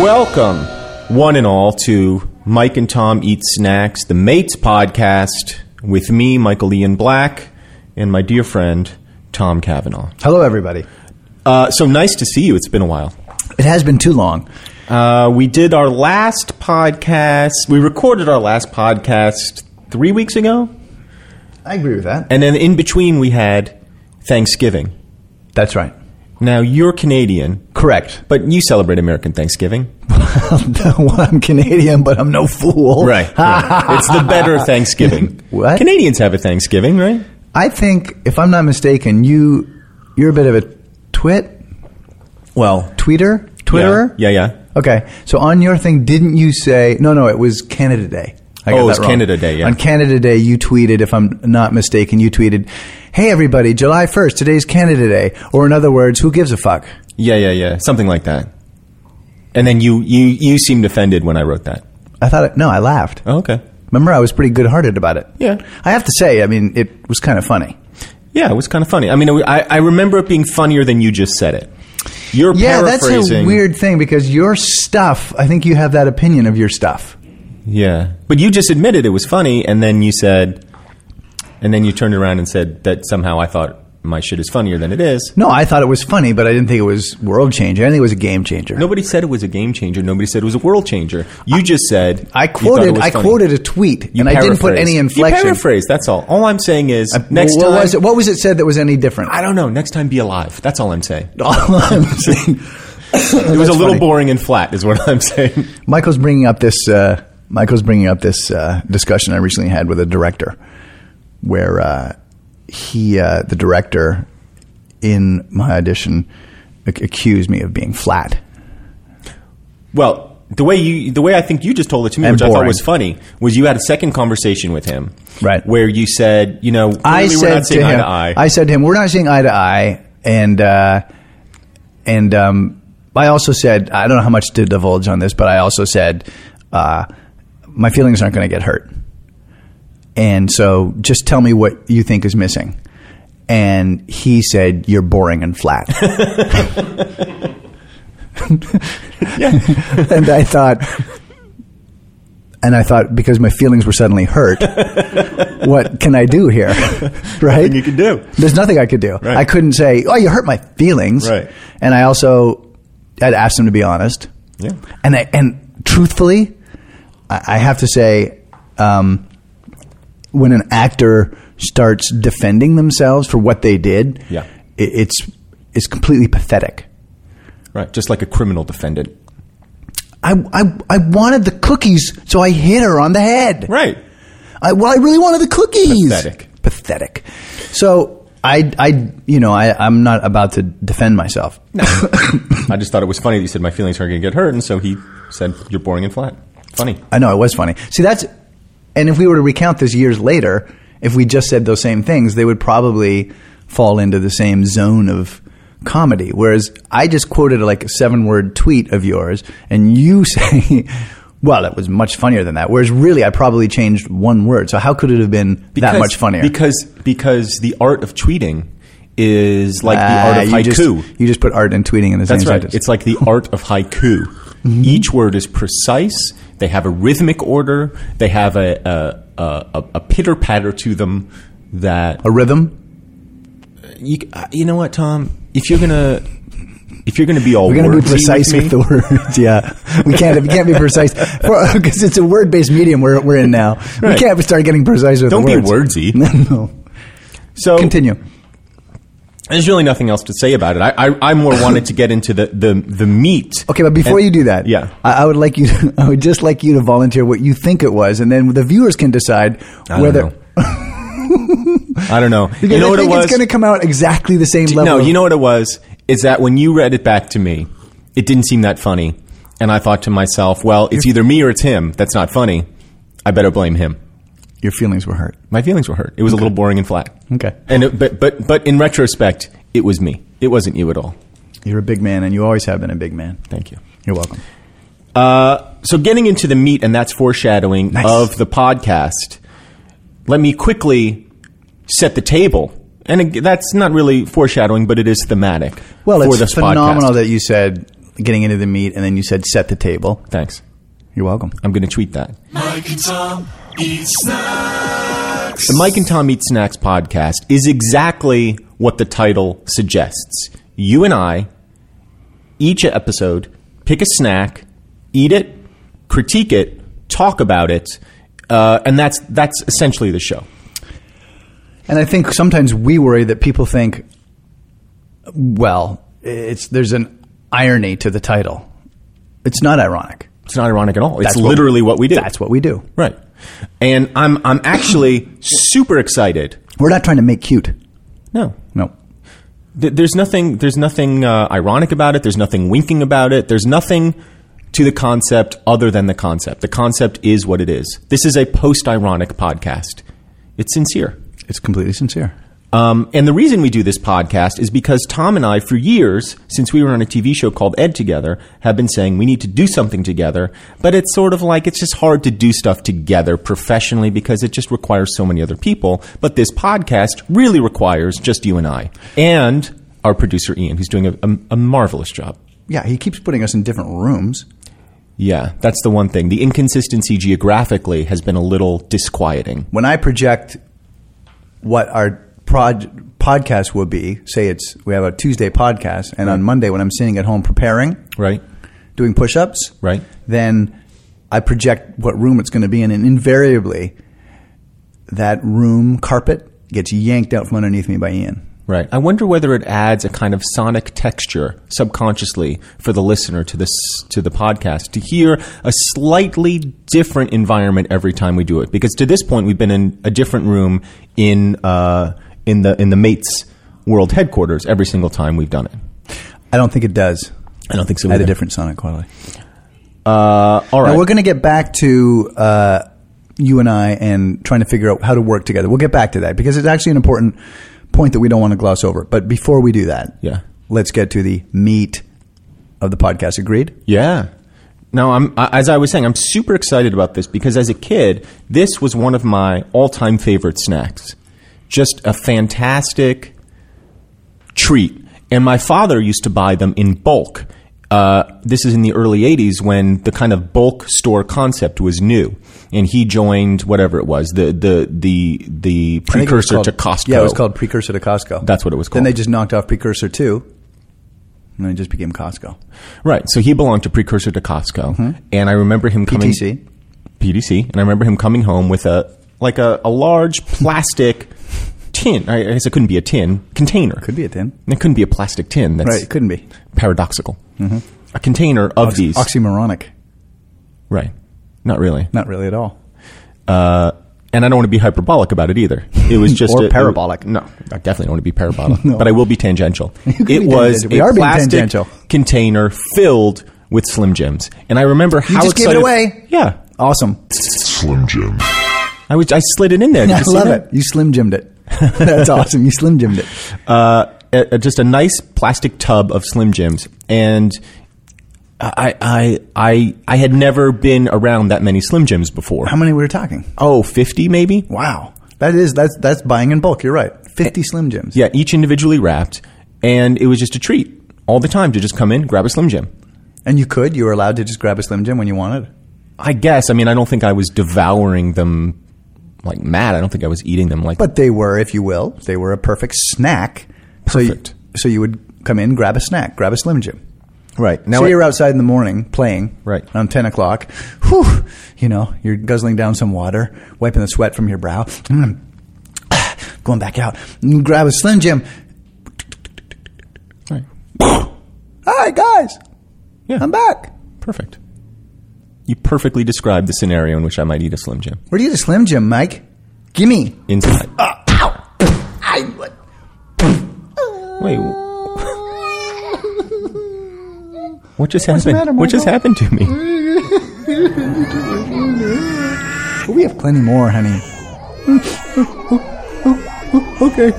Welcome, one and all, to Mike and Tom Eat Snacks, the Mates podcast, with me, Michael Ian Black, and my dear friend, Tom Cavanaugh. Hello, everybody. Uh, so nice to see you. It's been a while. It has been too long. Uh, we did our last podcast, we recorded our last podcast three weeks ago, I agree with that. and then in between we had Thanksgiving. That's right. Now, you're Canadian, Correct. but you celebrate American Thanksgiving. well, I'm Canadian, but I'm no fool. right. It's the better Thanksgiving. What? Canadians have a Thanksgiving, right? I think, if I'm not mistaken, you you're a bit of a twit, Well, tweeter, twitterer. Yeah, yeah. yeah. Okay. So on your thing, didn't you say? No, no. It was Canada Day. I Oh, got it was that wrong. Canada Day, yeah. On Canada Day, you tweeted, if I'm not mistaken, you tweeted, "Hey everybody, July 1st, today's Canada Day," or in other words, who gives a fuck? Yeah, yeah, yeah. Something like that. And then you you you seemed offended when I wrote that. I thought, it, no, I laughed. Oh, okay. Remember, I was pretty good-hearted about it. Yeah. I have to say, I mean, it was kind of funny. Yeah, it was kind of funny. I mean, I, I remember it being funnier than you just said it. You're Yeah, that's paraphrasing. a weird thing because your stuff, I think you have that opinion of your stuff. Yeah, but you just admitted it was funny, and then you said, and then you turned around and said that somehow I thought my shit is funnier than it is. No, I thought it was funny, but I didn't think it was world changing. I think it was a game changer. Nobody said it was a game changer. Nobody said it was a world changer. You just said I you thought it quoted was I funny. quoted a tweet You and I didn't put paraphrased. any You inflection. paraphrase. That's all. All I'm saying is next what time. was it, what was it said that was any different? I don't know. Next time, be alive. That's all I'm saying. All I'm saying- it was a little funny. boring and flat, is what I'm saying. Michael's bringing up this. Uh, Michael's bringing up this uh, discussion I recently had with a director, where uh, he, uh, the director, in my audition, ac- accused me of being flat. Well, the way you, the way I think you just told it to me, And which I thought boring. was funny, was you had a second conversation with him, Right. Where you said, you know, I clearly said we're not seeing to eye him, to eye. I said to him, we're not seeing eye to eye, and uh, and um, I also said, I don't know how much to divulge on this, but I also said, uh, my feelings aren't going to get hurt, and so just tell me what you think is missing. And he said, "You're boring and flat." and I thought, and I thought because my feelings were suddenly hurt, what can I do here? right? you can do. There's nothing I could do. Right. I couldn't say, "Oh, you hurt my feelings." Right. And I also I'd asked him to be honest. Yeah. And I, and truthfully, I, I have to say, um, when an actor starts defending themselves for what they did, Yeah. it, it's it's completely pathetic. right, just like a criminal defendant, I, I, I wanted the cookies, so I hit her on the head. right? I, well, I really wanted the cookies. Pathetic. Pathetic. So I, I you know, I, I'm not about to defend myself. I just thought it was funny that you said my feelings are going to get hurt, and so he said you're boring and flat. Funny. I know it was funny. See, that's and if we were to recount this years later, if we just said those same things, they would probably fall into the same zone of comedy. Whereas I just quoted like a seven-word tweet of yours, and you say, "Well, that was much funnier than that." Whereas really, I probably changed one word. So how could it have been that much funnier? because because the art of tweeting is like the art of Ah, you haiku. just- you just put art and tweeting in the That's same right. sentence. It's like the art of haiku. Each word is precise. They have a rhythmic order. They have a a, a, a pitter patter to them that a rhythm. you, uh, you know what Tom if you're gonna if you're gonna be all We're going to be wordy precise with, with, me, the words. Yeah, we can't. We can't be precise because it's a word-based medium we're, we're in now. Right. We can't start getting precise with don't be the words. wordsy. no. So Continue. There's really nothing else to say about it. I I, I more wanted to get into the the, the meat. Okay, but before And- you do that, Yeah. I, I would like you. To, I would just like you to volunteer what you think it was, and then the viewers can decide I whether. don't know. I don't know. Because you know I what think it was? it's going to come out exactly the same level. No, of- you know what it was? Is that when you read it back to me, it didn't seem that funny. And I thought to myself, well, it's either me or it's him. That's not funny. I better blame him. your feelings were hurt. My feelings were hurt. It was a little boring and flat. Okay. And it, but but but in retrospect, it was me. It wasn't you at all. You're a big man, and you always have been a big man. Thank you. You're welcome. So getting into the meat, and that's foreshadowing Nice. of the podcast. Let me quickly set the table, and ag- that's not really foreshadowing, but it is thematic. Well, for it's this phenomenal podcast. that you said getting into the meat, and then you said set the table. Thanks. You're welcome. I'm going to tweet that. Mike and Tom eat snacks. The Mike and Tom Eat Snacks podcast is exactly what the title suggests. You and I, each episode, pick a snack, eat it, critique it, talk about it, uh, and that's that's essentially the show. And I think sometimes we worry that people think, well, it's there's an irony to the title. It's not ironic. It's not ironic at all. It's That's what- literally what, we do. That's what we do. right. And I'm I'm actually super excited. We're not trying to make cute. No, No. Th- there's nothing there's nothing uh, ironic about it there's nothing winking about it there's nothing to the concept other than the concept the concept is what it is this is a post-ironic podcast it's sincere It's completely sincere. um, and the reason we do this podcast is because Tom and I, for years, since we were on a TV show called Ed Together, have been saying we need to do something together. But it's sort of like it's just hard to do stuff together professionally because it just requires so many other people. But this podcast really requires just you and I and our producer Ian, who's doing a, a, a marvelous job. Yeah, he keeps putting us in different rooms. Yeah, that's the one thing. The inconsistency geographically has been a little disquieting. When I project what our prod, podcast will be, say it's we have a Tuesday podcast, and on Hmm. Monday when I'm sitting at home preparing, Right? doing push-ups, Right. Then I project what room it's going to be in, and invariably, that room carpet gets yanked out from underneath me by Ian. Right. I wonder whether it adds a kind of sonic texture subconsciously for the listener to this to the podcast to hear a slightly different environment every time we do it because to this point we've been in a different room in uh, in the in the mates world headquarters every single time we've done it. I don't think it does. I don't think so. At a either. different sonic quality. Uh, all right. Now we're going to get back to uh, you and I and trying to figure out how to work together. We'll get back to that because it's actually an important point that we don't want to gloss over. But before we do that, Yeah. let's get to the meat of the podcast. Agreed? Yeah. No, I'm I- as I was saying, I'm super excited about this because as a kid, this was one of my all-time favorite snacks. Just a fantastic treat. And my father used to buy them in bulk. Uh, this is in the early 80s when the kind of bulk store concept was new. And he joined whatever it was, the the the the I think it was precursor called- to Costco. Yeah, it was called precursor to Costco. That's what it was Then called. they just knocked off precursor two, and then it just became Costco. Right. So he belonged to precursor to Costco. Mm-hmm. And I remember him coming PTC. PDC, and I remember him coming home with a like a, a large plastic tin. I I guess it couldn't be a tin container. Could be a tin. It couldn't be a plastic tin. That's Right, Mm-hmm. it couldn't be. paradoxical. A container of these. Oxymoronic. right. Not really. Not really at all. Uh, and I don't want to be hyperbolic about it either. It was just Or a, parabolic. no, I definitely don't want to be parabolic, but I will be tangential. can it be was tangential. We a are being plastic tangential. container filled with Slim Jims, and I remember how just gave it excited- away. Yeah, Awesome. Slim Jim. I was I slid it in there. Did I you see love that? it. You slim jimmed it. That's awesome. You slim jimmed it. uh, a- a- just a nice plastic tub of Slim Jims, and I, I, I, I had never been around that many Slim Jims before. How many we were talking? Oh, 50 maybe? Wow. That is that's that's buying in bulk. You're right. Fifty Slim Jims. Eh. Yeah, each individually wrapped, and it was just a treat all the time to just come in, grab a Slim Jim. And you could. You were allowed to just grab a Slim Jim when you wanted. I guess. I mean, I don't think I was devouring them like mad. I don't think I was eating them like. But they were, if you will, they were a perfect snack. Perfect. So you, so you would come in, grab a snack, grab a Slim Jim. right now, so I- you're outside in the morning playing, Right. Around ten o'clock, whew, you know, you're guzzling down some water, wiping the sweat from your brow, Mm. going back out, Mm, grab a Slim Jim. right. Hi guys, yeah, I'm back. perfect. You perfectly described the scenario in which I might eat a Slim Jim Where do you get a Slim Jim, Mike? Gimme. inside. Ah, Ow! I, Wait. What just happened? the matter, what just Michael? happened to me? we have plenty more, honey. okay.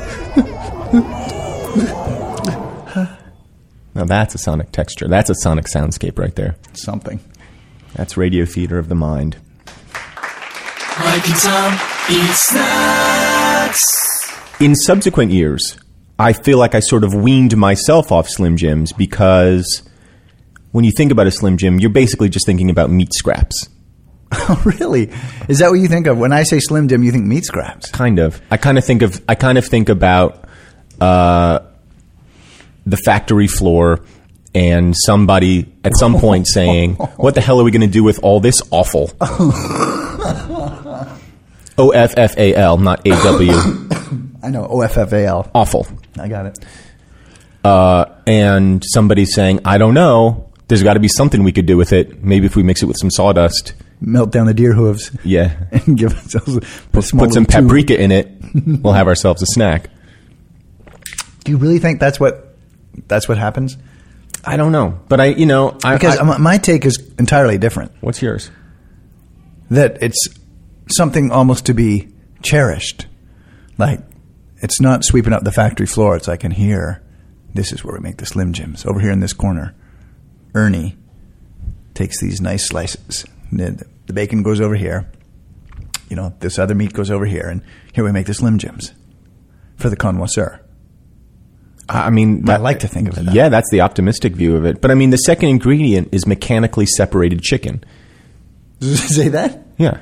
Now that's a sonic texture. That's a sonic soundscape right there. Something. That's radio theater of the mind. Mike and Tom eat snacks. In subsequent years, I feel like I sort of weaned myself off Slim Jims because when you think about a Slim Jim, you're basically just thinking about meat scraps. Oh, really? Is that what you think of when I say Slim Jim? You think meat scraps? Kind of. I kind of think of. I kind of think about uh, the factory floor and somebody at some point saying, "What the hell are we going to do with all this awful?" O F F A L, not A W. I know O F F A L. awful. I got it. Uh, and somebody saying, "I don't know." There's got to be something we could do with it. Maybe if we mix it with some sawdust. Melt down the deer hooves Yeah. and give ourselves a small Put some little tube. paprika in it. We'll have ourselves a snack. Do you really think that's what that's what happens? I don't know, but I, you know, I, Because I- my- my take is entirely different. what's yours? that it's something almost to be cherished. Like, it's not sweeping up the factory floor. It's like, in here, this is where we make the Slim Jims. Over here in this corner, Ernie takes these nice slices. And then The bacon goes over here. You know, this other meat goes over here. And here we make the Slim Jims for the connoisseur. I I mean, I like to think of it that Yeah, that's the optimistic view of it. But I mean, the second ingredient is mechanically separated chicken. Does it say that? Yeah,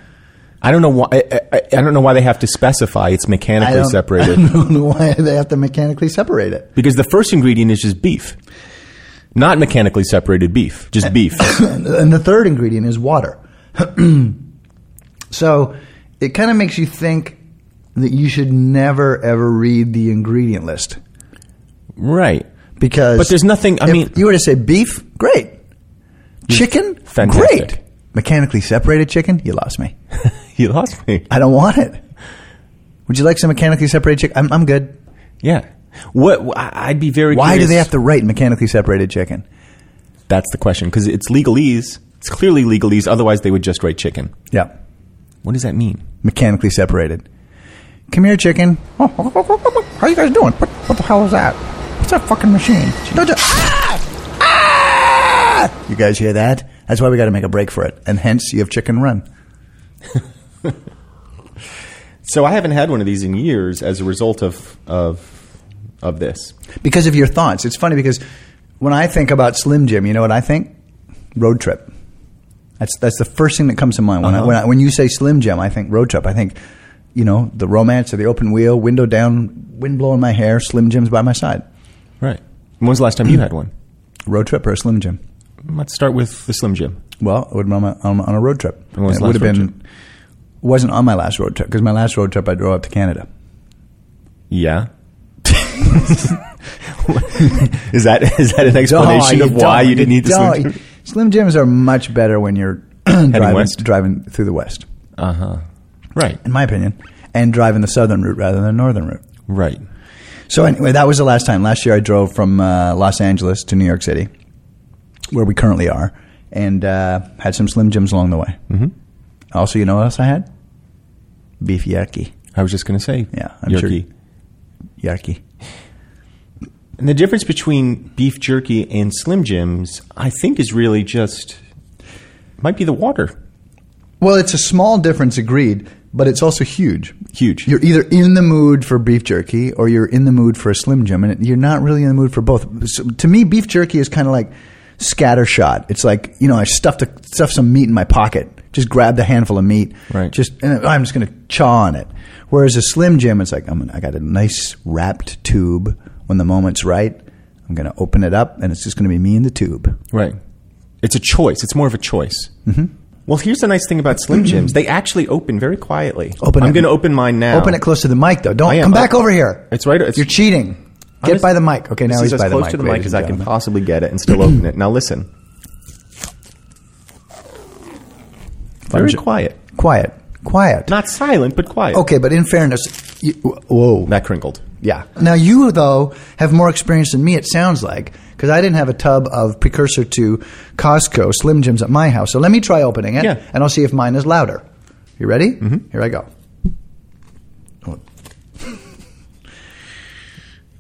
I don't know why. I, I, I don't know why they have to specify it's I mechanically don't, I separated don't know why they have to mechanically separate it. because the first ingredient is just beef, not mechanically separated beef, just beef. and, and the third ingredient is water. so it kind of makes you think that you should never ever read the ingredient list right. because But there's nothing- I if mean- you were to say beef, great. Chicken, Fantastic. great. Mechanically separated chicken, you lost me. You lost me. I don't want it. Would you like some mechanically separated chicken? I'm, I'm good. Yeah. What? I- I'd be very. Why do curious. they have to write mechanically separated chicken? That's the question because it's legalese. It's clearly legalese. Otherwise, they would just write chicken. Yeah, What does that mean? mechanically separated. Come here, chicken. Oh, how you guys doing? What, what the hell is that? What's that fucking machine? Don't you- Ah! Ah! You guys hear that? That's why we got to make a break for it, and hence you have Chicken Run. So I haven't had one of these in years as a result of of of this. Because of your thoughts, it's funny because when I think about Slim Jim, you know what I think? Road trip. That's that's the first thing that comes to mind when I, Uh-huh. when, I, when you say Slim Jim. I think road trip. I think you know the romance of the open wheel, window down, wind blowing my hair, Slim Jim's by my side. Right. When's the last time you had one? Road trip or a Slim Jim? Let's start with the Slim Jim. Well, it would have been on, my, on, on a road trip. When was it the would have last road been wasn't on my last road trip because my last road trip I drove up to Canada. Yeah. is that is that an explanation Oh, of why don't. you didn't need the don't. Slim Jim? Slim Jims are much better when you're driving west? driving through the west, Uh huh. Right. in my opinion, and driving the southern route rather than the northern route. Right. So anyway, that was the last time. Last year, I drove from uh, Los Angeles to New York City, where we currently are, and uh, had some Slim Jims along the way. Mm-hmm. Also, you know what else I had? Beef yaki, I was just going to say. Yeah, I'm jerky. sure- yaki. And the difference between beef jerky and Slim Jims, I think, is really just might be the water. Well, it's a small difference, agreed, but it's also huge. Huge. You're either in the mood for beef jerky or you're in the mood for a Slim Jim, and you're not really in the mood for both. So, to me, beef jerky is kind of like scattershot. It's like you know, I stuffed a, stuffed some meat in my pocket, just grabbed a handful of meat, Right. Just and oh, I'm just going to chaw on it. Whereas a Slim Jim, it's like I'm gonna, I got a nice wrapped tube. When the moment's right, I'm going to open it up, and it's just going to be me in the tube. Right. It's a choice. It's more of a choice. Mm-hmm. Well, here's the nice thing about Slim Jims. They actually open very quietly. Mm-hmm. Open I'm it- going to open mine now. Open it close to the mic, though. Don't I am. come back I- over here. It's right- it's- You're cheating. I'm Get just- by the mic. Okay, now this he's is by as the close mic. to the mic ladies as and I can gentlemen. possibly get it and still open it. Now listen. Very Fungi- quiet. Quiet, quiet. Not silent, but quiet. Okay, but in fairness, you, whoa, That crinkled. yeah. Now you though have more experience than me. It sounds like because I didn't have a tub of precursor to Costco Slim Jims at my house. So let me try opening it, Yeah. and I'll see if mine is louder. You ready? Mm-hmm. Here I go.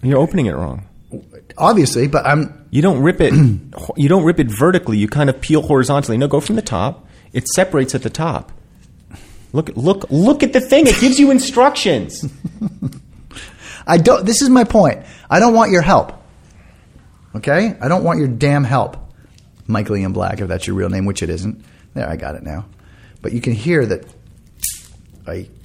You're opening it wrong. Obviously, but I'm You don't rip it. you don't rip it vertically. You kind of peel horizontally. No, go from the top. It separates at the top. Look! Look! Look at the thing. It gives you instructions. I don't. This is my point. I don't want your help. Okay, I don't want your damn help. Michael Ian Black, if that's your real name, which it isn't. There, I got it now. But you can hear that. I.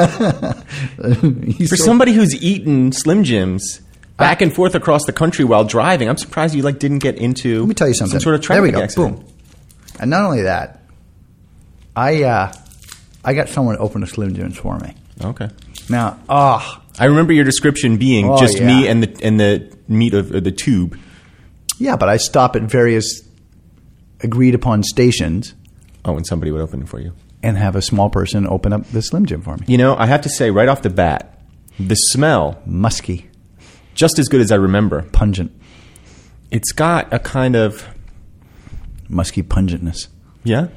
For somebody who's eaten Slim Jims back and forth across the country while driving, I'm surprised you like didn't get into. Let me tell you something. Some sort of there traffic we go. accident. Boom. And not only that, I uh, I got someone to open a Slim Jims for me. Okay. Now, ah, I remember your description being Oh, just yeah. me and the and the meat of uh, the tube. yeah, but I stop at various agreed upon stations Oh, and somebody would open it for you. and have a small person open up the Slim Jim for me. You know, I have to say right off the bat, the smell Musky, just as good as I remember. pungent, It's got a kind of musky pungentness. yeah.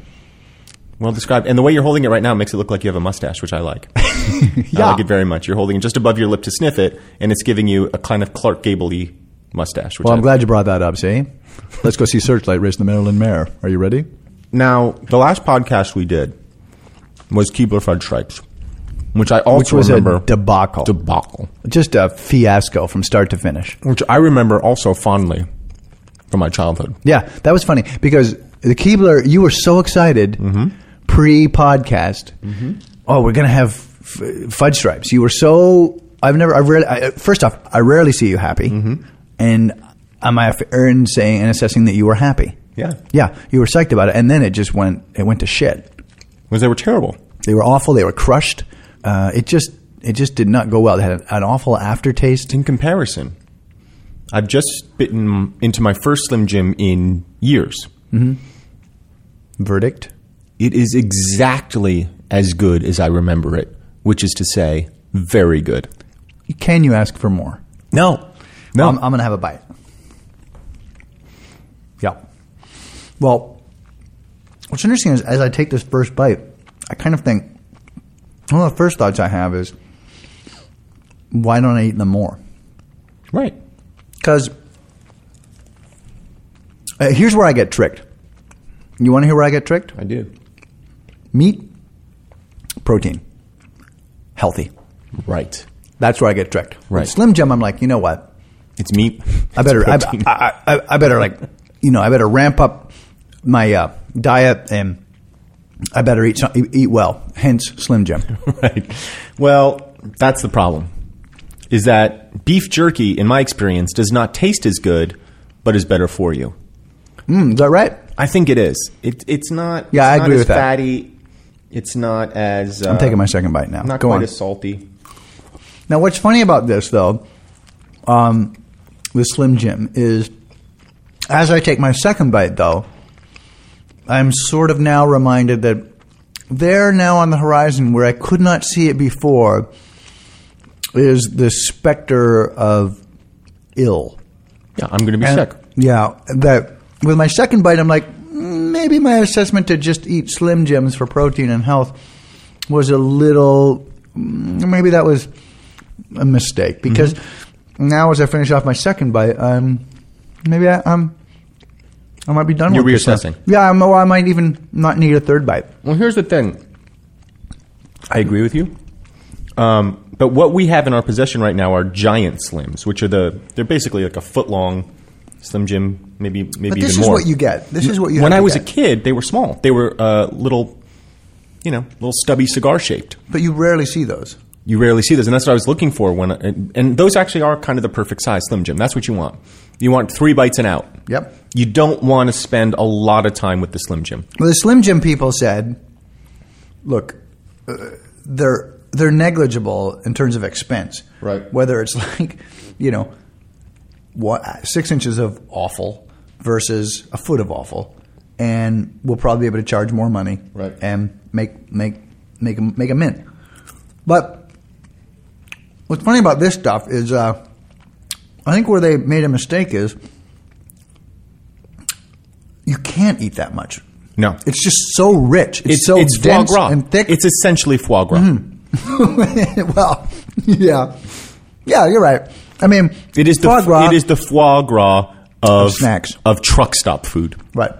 Well described, and the way you're holding it right now makes it look like you have a mustache, which I like. I like it very much. You're holding it just above your lip to sniff it, and it's giving you a kind of Clark Gable-y mustache. Which Well, I'm I- glad you brought that up. See, let's go see Searchlight race the Maryland Mare. Are you ready? Now, the last podcast we did was Keebler Stripes, which I also Which was remember a debacle, debacle, just a fiasco from start to finish. which I remember also fondly from my childhood. Yeah, that was funny because the Keebler, you were so excited Mm-hmm. pre podcast. Oh, we're gonna have f- fudge stripes. You were so. I've never. I've rarely. I, first off, I rarely see you happy, Mm-hmm. and am I fair in saying and assessing that you were happy? Yeah. yeah. You were psyched about it, and then it just went. It went to shit. Because they were terrible. They were awful. They were crushed. Uh, it just. It just did not go well. It had an, an awful aftertaste. In comparison, I've just bitten into my first Slim Jim in years. Verdict. It is exactly as good as I remember it, which is to say, very good. Can you ask for more? No. Um, No. I'm, I'm going to have a bite. Yeah. Well, what's interesting is as I take this first bite, I kind of think one of the first thoughts I have is, why don't I eat them more? right. Because uh, here's where I get tricked. You want to hear where I get tricked? I do. Meat, protein, healthy. Right. That's where I get tricked. With Right. Slim Jim, I'm like, you know what? It's meat. I better, I, It's protein. I, I, I better like, you know, I better ramp up my uh, diet and I better eat some, eat well. Hence, Slim Jim. right. Well, that's the problem. Is that beef jerky, in my experience, does not taste as good, but is better for you. Mm, is that right? I think it is. It, it's not. Yeah, it's I not agree as with that. Fatty. It's not as. Uh, I'm taking my second bite now. Not Go quite on. as salty. Now, what's funny about this though, um, with Slim Jim is, as I take my second bite though, I'm sort of now reminded that there now on the horizon where I could not see it before is the specter of ill. Yeah, I'm going to be And- sick. Yeah, that with my second bite, I'm like, "Mm, maybe my assessment to just eat Slim Jims for protein and health was a little, mm, maybe that was a mistake because Mm-hmm. now as I finish off my second bite, I'm maybe I, I'm I might be done. You're with this now. reassessing. Yeah, I'm, or I might even not need a third bite. Well, here's the thing. I agree with you. Um, but what we have in our possession right now are giant slims, which are the they're basically like a foot long Slim Jim, maybe maybe But even this is more. what you get. This is what you. when have I to was get. a kid, they were small. They were uh, little, you know, little stubby cigar shaped. but you rarely see those. You rarely see those, and that's what I was looking for. When and, and those actually are kind of the perfect size, Slim Jim. That's what you want. You want three bites and out. Yep. You don't want to spend a lot of time with the Slim Jim. Well, the Slim Jim people said, "Look, uh, they're they're negligible in terms of expense. Right. Whether it's like, you know, what six inches of offal versus a foot of offal, and we'll probably be able to charge more money, Right. And make make make 'em- make a mint. But what's funny about this stuff is, uh, I think where they made a mistake is." You can't eat that much. No, It's just so rich. It's, so dense and thick. Mm-hmm. It's essentially foie gras. well, yeah, yeah, you're right. I mean, It is the foie gras, it is the foie gras of snacks. of truck stop food. right.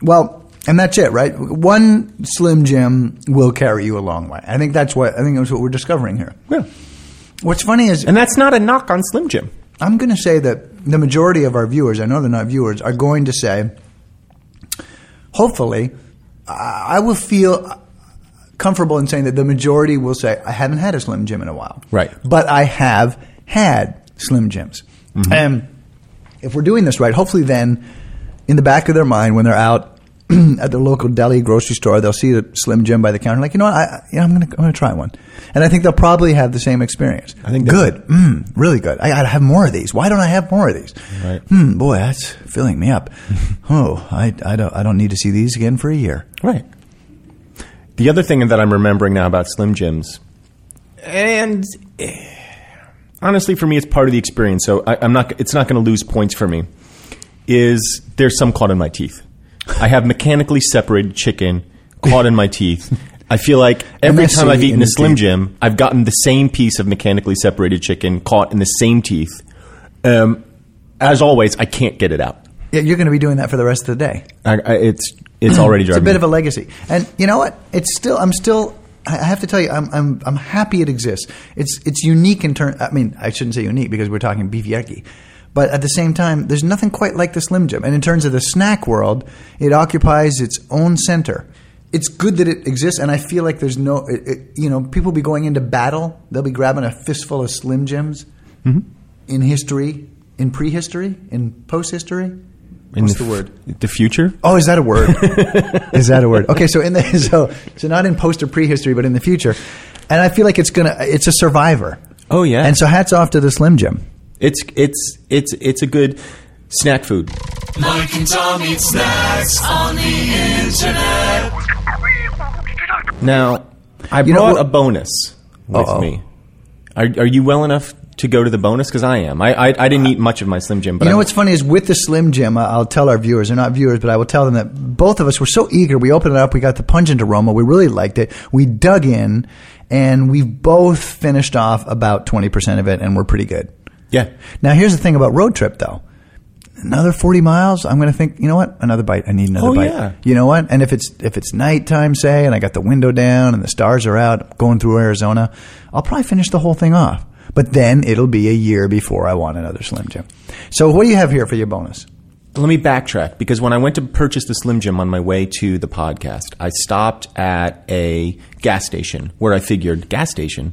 Well, and that's it, right? One Slim Jim will carry you a long way. I think that's what I think that's what we're discovering here. Yeah, What's funny is and that's not a knock on Slim Jim. I'm going to say that the majority of our viewers, I know they're not viewers, are going to say, hopefully, I I will feel comfortable in saying that the majority will say, I haven't had a Slim Jim in a while. Right. But I have had Slim Jims. Mm-hmm. And if we're doing this right, hopefully then in the back of their mind when they're out at their local deli grocery store, they'll see a Slim Jim by the counter, like, you know what, I, I- yeah, I'm going to I'm gonna try one. And I think they'll probably have the same experience. I think they- Good. Mm, really good. I got to have more of these. Why don't I have more of these? Right. Hmm, boy, that's filling me up. oh, I, I, don't, I don't need to see these again for a year. Right. The other thing that I'm remembering now about Slim Jims, and eh, honestly, for me, it's part of the experience. So I, I'm not. It's not going to lose points for me. Is there's some caught in my teeth? I have mechanically separated chicken caught in my teeth. I feel like every Messy time I've eaten in a the Slim teeth. Jim, I've gotten the same piece of mechanically separated chicken caught in the same teeth. Um, as always, I can't get it out. Yeah, you're going to be doing that for the rest of the day. I, I, it's it's already It's a driving. bit of a legacy, and you know what? It's still. I'm still. I I have to tell you, I'm I'm, I'm happy it exists. It's it's unique in turn. I mean, I shouldn't say unique because we're talking beef jerky, but at the same time, there's nothing quite like the Slim Jim. And in terms of the snack world, it occupies its own center. It's good that it exists, and I feel like there's no. It, it, you know, people be going into battle. They'll be grabbing a fistful of Slim Jims in history, in prehistory, in post history. In What's the f- the word? The future. Oh, is that a word? is that a word? Okay, so in the so so not in post or prehistory, but in the future, and I feel like it's gonna it's a survivor. Oh, yeah. And so hats off to the Slim Jim. It's it's it's it's a good snack food. Mike and Tom eat snacks on the internet. Now, I You know brought what- a bonus with Uh-oh. me. Are, are you well enough to go to the bonus? Because I am. I, I I didn't eat much of my Slim Jim, but You know I'm- what's funny is with the Slim Jim, I- I'll tell our viewers, they're not viewers, but I will tell them that both of us were so eager. We opened it up, we got the pungent aroma, we really liked it. We dug in, and we both finished off about 20% of it, and we're pretty good. yeah. Now, here's the thing about road trip, though. Another forty miles, I'm going to think. You know what? Another bite. I need another Oh, bite. yeah. You know what? And if it's if it's nighttime, say, and I got the window down and the stars are out, going through Arizona, I'll probably finish the whole thing off. But then it'll be a year before I want another Slim Jim. So what do you have here for your bonus? Let me backtrack because when I went to purchase the Slim Jim on my way to the podcast, I stopped at a gas station where I figured gas station.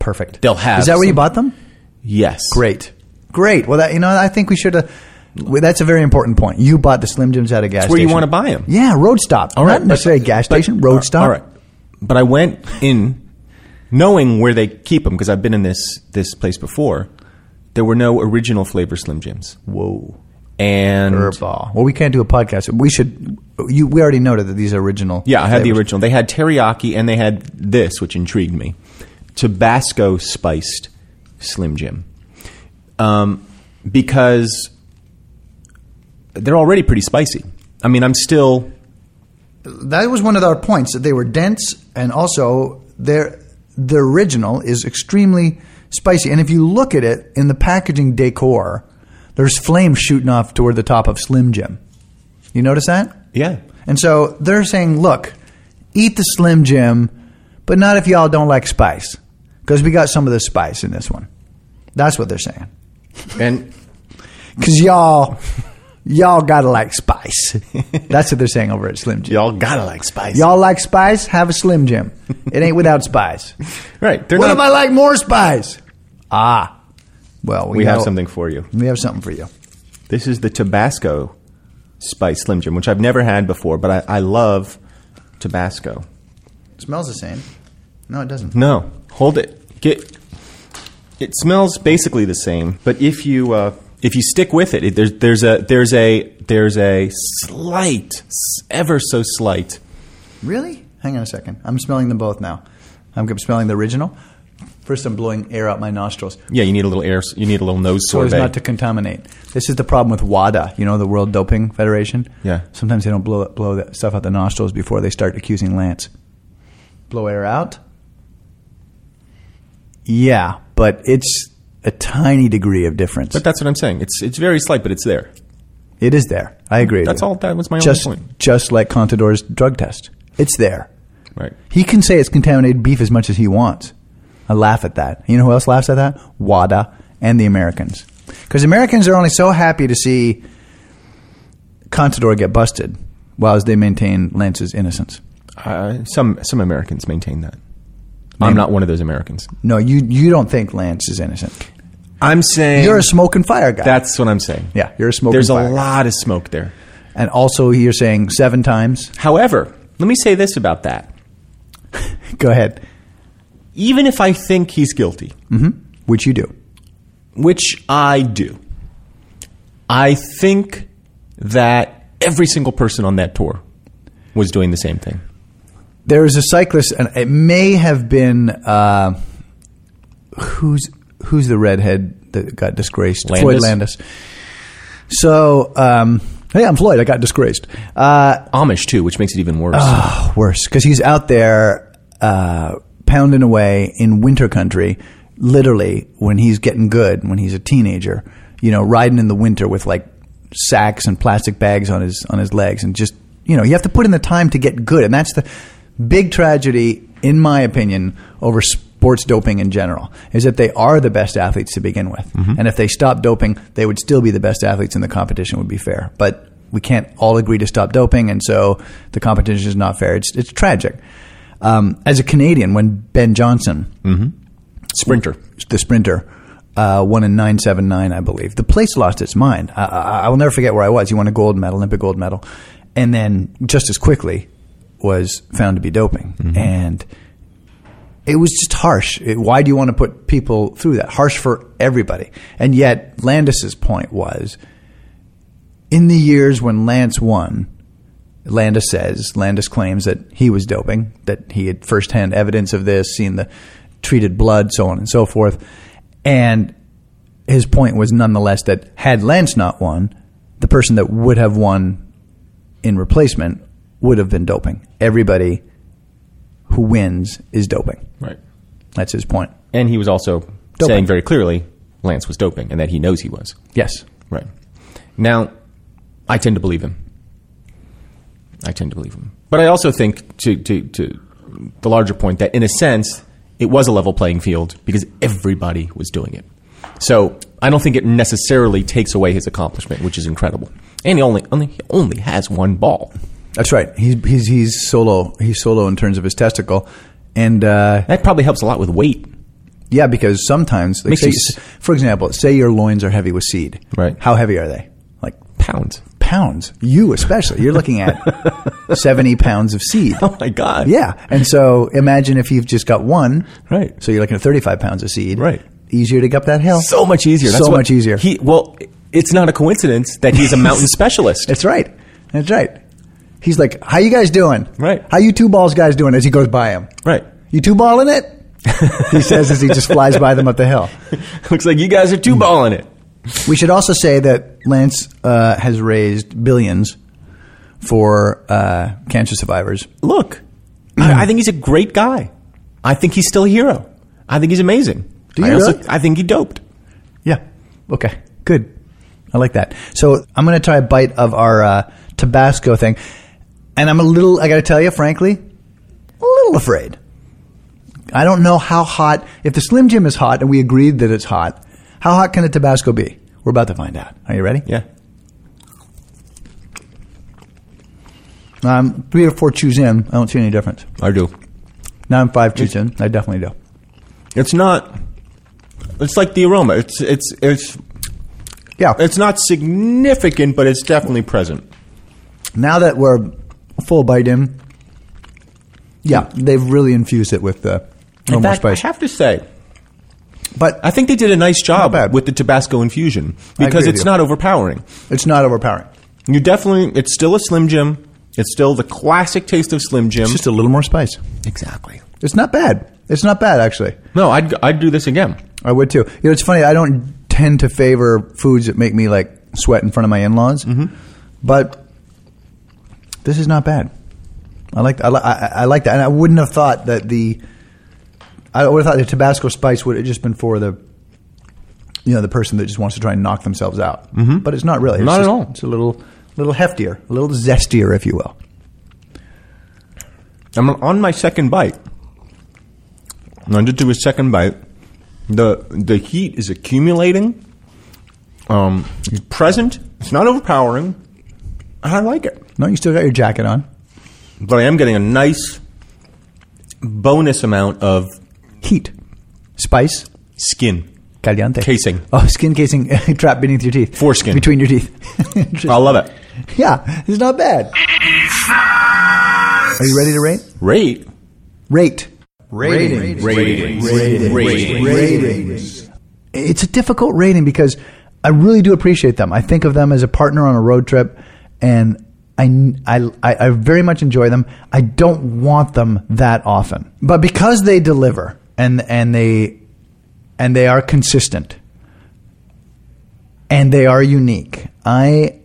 Perfect. They'll have Is that where you some- bought them? Yes. Great. Great. Well, that you know, I think we should. Uh, well, that's a very important point. You bought the Slim Jims at a gas Where you station. wanna buy 'em. Yeah, road stop. All right, right, but- Not necessarily a gas but- uh, station, road stop. All right. But I went in knowing where they keep them because I've been in this this place before. There were no original flavor Slim Jims. Whoa. And Curveball. Well, we can't do a podcast. We should. You, we already noted that these are original. yeah, I had the flavors. original. They had teriyaki and they had this, which intrigued me Tabasco spiced Slim Jim. Um, because they're already pretty spicy. I mean, I'm still. That was one of our points that they were dense, and also their the original is extremely spicy. And if you look at it in the packaging decor, there's flames shooting off toward the top of Slim Jim. You notice that? Yeah. And so they're saying, look, eat the Slim Jim, but not if y'all don't like spice, because we got some of the spice in this one. That's what they're saying. And Cause y'all, y'all gotta like spice. That's what they're saying over at Slim Jim. y'all gotta like spice. Y'all like spice? Have a Slim Jim. It ain't without spice. Right. They're what not, if I like more spice? Ah, well, we, we have know- something for you. We have something for you. This is the Tabasco spice Slim Jim, which I've never had before, but I, I love Tabasco. smells the same. No, it doesn't. No, hold it. Get. It smells basically the same, but if you uh, if you stick with it, it there's there's a there's a there's a slight, s- ever so slight. Hmm. Really? Hang on a second. I'm smelling them both now. I'm smelling the original. First, I'm blowing air out my nostrils. Yeah, you need a little air. You need a little nose so as sorbet. not to contaminate. This is the problem with WADA, you know, the World Doping Federation. Yeah. Sometimes they don't blow blow that stuff out the nostrils before they start accusing Lance. Blow air out. Yeah, but it's a tiny degree of difference. but that's what I'm saying. It's it's very slight, but it's there. it is there. I agree. with That's you. all- that was my only just, point. Just like Contador's drug test, it's there. Right. He can say it's contaminated beef as much as he wants. I laugh at that. You know who else laughs at that? WADA and the Americans. Because Americans are only so happy to see Contador get busted while they maintain Lance's innocence. Uh, some some Americans maintain that. I'm not one of those Americans. No, you, you don't think Lance is innocent. I'm saying You're a smoke and fire guy. that's what I'm saying. yeah, you're a smoke There's and a fire guy. lot of smoke there. And also, you're saying seven times. However, let me say this about that. Go ahead. Even if I think he's guilty, Which you do. which I do, I think that every single person on that tour was doing the same thing. There was a cyclist, and it may have been uh, who's who's the redhead that got disgraced? Landis? Floyd Landis. So, um, hey, I'm Floyd. I got disgraced. Uh, Amish too, which makes it even worse. oh, worse because he's out there uh, pounding away in winter country, literally when he's getting good, when he's a teenager. You know, riding in the winter with like sacks and plastic bags on his on his legs, and just you know, you have to put in the time to get good, and that's the big tragedy, in my opinion, over sports doping in general is that they are the best athletes to begin with, and if they stopped doping, they would still be the best athletes, and the competition would be fair, but we can't all agree to stop doping, and so the competition is not fair. It's it's tragic. Um, as a Canadian, when Ben Johnson, Sprinter. the sprinter, uh, won in nine seven nine, I believe, the place lost its mind. I, I, I will never forget where I was. He won a gold medal, Olympic gold medal, and then just as quickly was found to be doping, and it was just harsh. It- why do you want to put people through that? Harsh for everybody. And yet, Landis's point was in the years when Lance won, Landis says, Landis claims that he was doping, that he had firsthand evidence of this, seen the treated blood, so on and so forth. And his point was nonetheless that had Lance not won, the person that would have won in replacement would have been doping. Everybody who wins is doping. Right. That's his point. And he was also Doping. saying very clearly Lance was doping and that he knows he was. Yes. Right. Now, I tend to believe him. I tend to believe him. But I also think, to, to, to the larger point, that in a sense, it was a level playing field because everybody was doing it. So I don't think it necessarily takes away his accomplishment, which is incredible. And he only, only, he only has one ball. That's right. He's, he's, he's solo. He's solo in terms of his testicle. And uh, That probably helps a lot with weight. Yeah, because sometimes, like, Makes say, you s- for example, say your loins are heavy with seed. Right. How heavy are they? Like Pounds. pounds. You especially. You're looking at seventy pounds of seed. Oh my God. Yeah, and so imagine if you've just got one. Right. So you're looking at thirty-five pounds of seed. Right. Easier to get up that hill. So much easier. So much easier. He, well, it's not a coincidence that he's a mountain specialist. That's right. That's right. He's like, "How you guys doing? Right. How you two balls guys doing?" As he goes by him. Right. You two balling it? he says as he just flies by them up the hill. Looks like you guys are two balling it. We should also say that Lance uh, has raised billions for uh, cancer survivors. Look, I, I think he's a great guy. I think he's still a hero. I think he's amazing. Do you I, really? I think he doped. Yeah. Okay. Good. I like that. So I'm going to try a bite of our uh, Tabasco thing, and I'm a little. I got to tell you, frankly, a little afraid. I don't know how hot. If the Slim Jim is hot, and we agreed that it's hot, how hot can a Tabasco be? We're about to find out. Are you ready? Yeah. Um, three or four chews in. I don't see any difference. I do. Now I'm five chews in. I definitely do. It's not. It's like the aroma. It's it's it's Yeah. it's not significant, but it's definitely present. now that we're full bite in, yeah, they've really infused it with the In normal fact, spice. I have to say, but I think they did a nice bad. job with the Tabasco infusion I agree because with it's you. not overpowering. it's not overpowering. You definitely. It's still a Slim Jim. It's still the classic taste of Slim Jim. It's just a little more spice. exactly. It's not bad. It's not bad actually. No, I'd I'd do this again. I would too. You know, it's funny. I don't tend to favor foods that make me like sweat in front of my in-laws, Mm-hmm. but this is not bad. I like I, li- I, I like that, and I wouldn't have thought that the I would have thought the Tabasco spice would have just been for the you know the person that just wants to try and knock themselves out. Mm-hmm. But it's not really. It's Not at just- all. It's a little little heftier, a little zestier, if you will. I'm on my second bite. And I did do a second bite. The the heat is accumulating Um, it's present. It's not overpowering. And I like it. No, you still got your jacket on. But I am getting a nice bonus amount of Heat, spice, skin. caliente, Casing. Oh, skin casing trapped beneath your teeth. Foreskin. between your teeth. Interesting. I love it. yeah, it's not bad. Are you ready to rate? Rate. Rate. Rating. Rating. It's a difficult rating because I really do appreciate them. I think of them as a partner on a road trip, and I, I, I I very much enjoy them. I don't want them that often, but because they deliver and and they and they are consistent and they are unique. I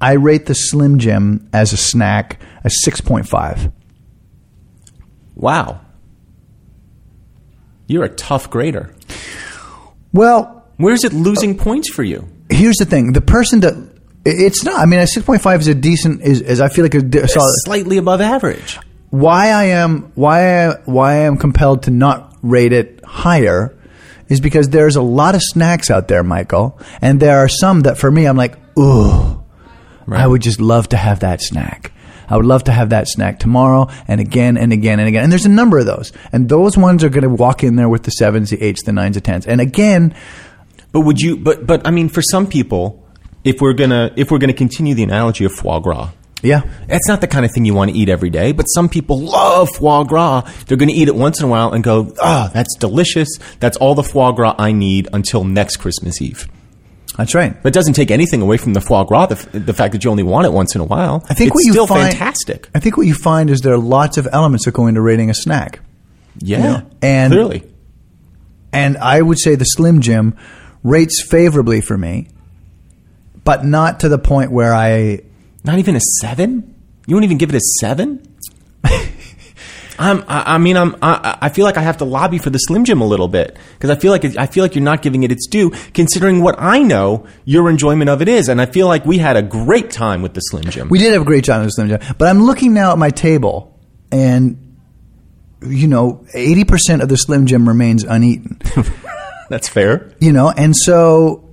I rate the Slim Jim as a snack a six point five. Wow. You're a tough grader. Well, Where is it losing points for you? here's the thing: the person that it's not. I mean, a six point five is a decent. Is, is I feel like a di- solid. Slightly above average. Why I am why I, why I am compelled to not rate it higher is because there's a lot of snacks out there, Michael, and there are some that for me I'm like, ooh, I would just love to have that snack. I would love to have that snack tomorrow and again and again and again. And there's a number of those. And those ones are going to walk in there with the sevens, the eights, the nines, the tens. And again, But would you? But but I mean, for some people, if we're gonna if we're gonna continue the analogy of foie gras, yeah. that's not the kind of thing you want to eat every day. But some people love foie gras. They're going to eat it once in a while and go, ah, that's delicious. That's all the foie gras I need until next Christmas Eve. That's right. But it doesn't take anything away from the foie gras. The, f- the fact that you only want it once in a while. I think it's what you still find, fantastic. I think what you find is there are lots of elements that go into rating a snack, Yeah, And- clearly, and I would say the Slim Jim rates favorably for me, but not to the point where I. not even a seven. You won't even give it a seven. I'm, I, I mean, I'm, I, I feel like I have to lobby for the Slim Jim a little bit because I feel like I feel like you're not giving it its due, considering what I know your enjoyment of it is, and I feel like we had a great time with the Slim Jim. We did have a great time with the Slim Jim, but I'm looking now at my table, and you know, eighty percent of the Slim Jim remains uneaten. That's fair, You know, and so.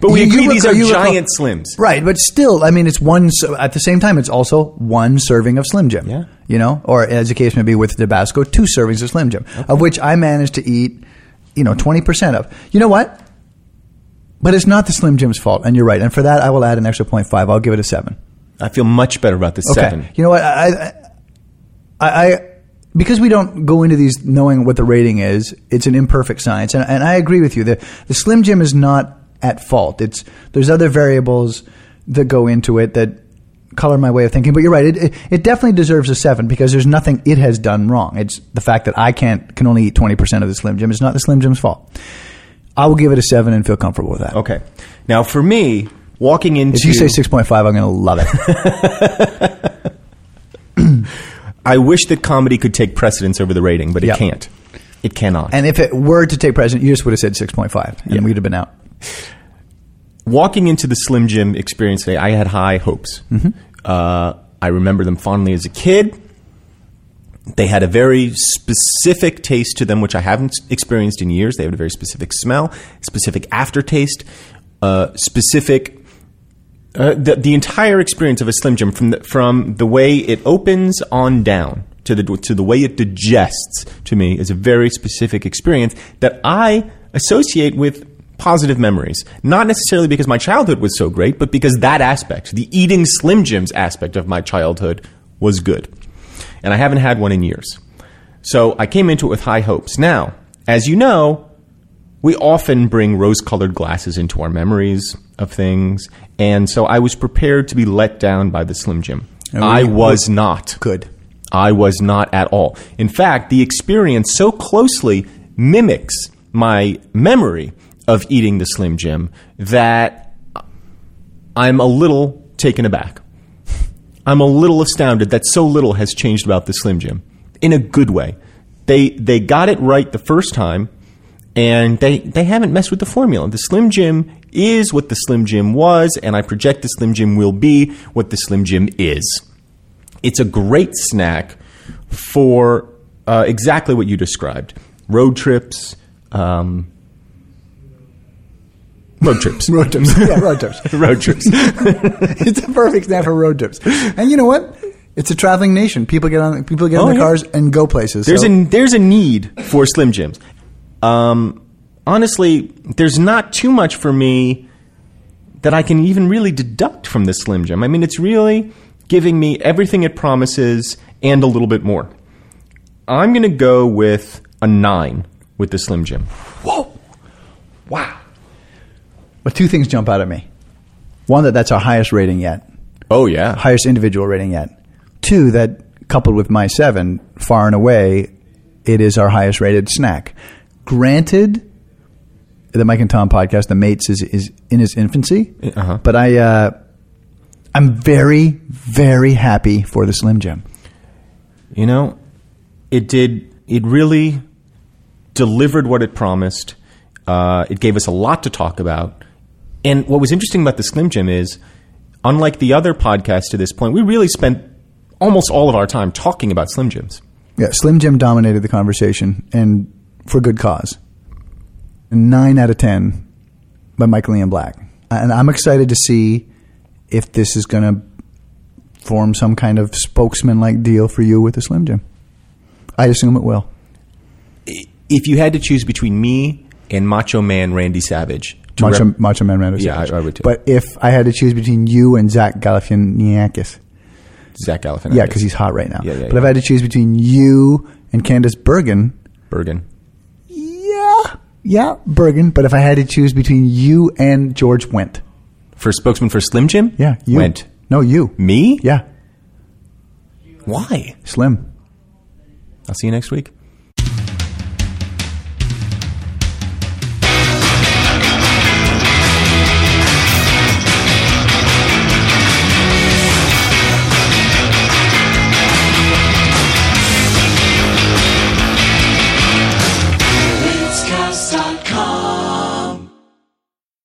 but we You- you agree these recall- are you recall- giant Slims. Right, but still, I mean, it's one. s- At the same time, it's also one serving of Slim Jim. Yeah. You know, or as the case may be with Tabasco, two servings of Slim Jim, of which I managed to eat, you know, twenty percent of. You know what? But it's not the Slim Jim's fault, and you're right. And for that, I will add an extra point five. I'll give it a seven. I feel much better about this seven. You know what? I, I, I, I- because we don't go into these knowing what the rating is. It's an imperfect science, and, and I agree with you. The the Slim Jim is not at fault. It's there's other variables that go into it that color my way of thinking. But you're right. It, it it definitely deserves a seven because there's nothing it has done wrong. It's the fact that I can't can only eat twenty percent of the Slim Jim. It's not the Slim Jim's fault. I will give it a seven and feel comfortable with that. Okay, now for me, walking into If you say six point five, I'm going to love it. I wish that comedy could take precedence over the rating, but it Yep. can't. It cannot. And if it were to take precedent, you just would have said 6.5, and Yeah. we'd have been out. walking into the Slim Jim experience today, I had high hopes. Uh, I remember them fondly as a kid. They had a very specific taste to them, which I haven't experienced in years. They had a very specific smell, specific aftertaste, uh, specific. Uh, the, the entire experience of a Slim Jim, from the, from the way it opens on down to the to the way it digests, to me is a very specific experience that I associate with positive memories. Not necessarily because my childhood was so great, but because that aspect, the eating Slim Jims aspect of my childhood, was good, and I haven't had one in years. So I came into it with high hopes. Now, as you know, we often bring rose colored glasses into our memories of things. And so I was prepared to be let down by the Slim Jim. And we- I was not. Good. I was not at all. In fact, the experience so closely mimics my memory of eating the Slim Jim that I'm a little taken aback. I'm a little astounded that so little has changed about the Slim Jim in a good way. They they got it right the first time, and they they haven't messed with the formula. The Slim Jim is what the Slim Jim was, and I project the Slim Jim will be what the Slim Jim is. It's a great snack for uh, exactly what you described: road trips, um, Road trips. Road trips. Yeah, road trips. Road trips. it's a perfect snap for road trips. And you know what? It's a traveling nation. People get on people get in Oh, their yeah. cars and go places. There's so- a there's a need for slim jims. Um, honestly, there's not too much for me that I can even really deduct from this slim jim. I mean, it's really giving me everything it promises and a little bit more. I'm going to go with a nine with the slim jim. but two things jump out at me. One that that's our highest rating yet, Oh yeah, highest individual rating yet. Two that coupled with my seven, far and away, it is our highest rated snack. Granted, the Mike and Tom podcast, the mates is is in its infancy, uh-huh. but I. Uh, I'm very, very happy for the Slim Jim. you know, it did. It really delivered what it promised. Uh, it gave us a lot to talk about. And what was interesting about the Slim Jim is, unlike the other podcasts to this point, we really spent almost all of our time talking about Slim Jims. Yeah, Slim Jim dominated the conversation, and for good cause. Nine out of ten by Michael Ian Black, Uh, and I'm excited to see if this is going to form some kind of spokesman-like deal for you with the Slim Jim. I assume it will. If you had to choose between me and Macho Man Randy Savage, to Macho, rep- Macho Man Randy Yeah, Savage. I- I would too. But if I had to choose between you and Zach Galifianakis, Zach Galifianakis, yeah, because he's hot right now. Yeah, yeah, but yeah. if I had to choose between you and Candace Bergen, Bergen. Yeah. Yeah, Bergen. But if I had to choose between you and George Wendt. for spokesman for Slim Jim. Yeah, you. went No, you. me. Yeah, why? Slim. I'll see you next week.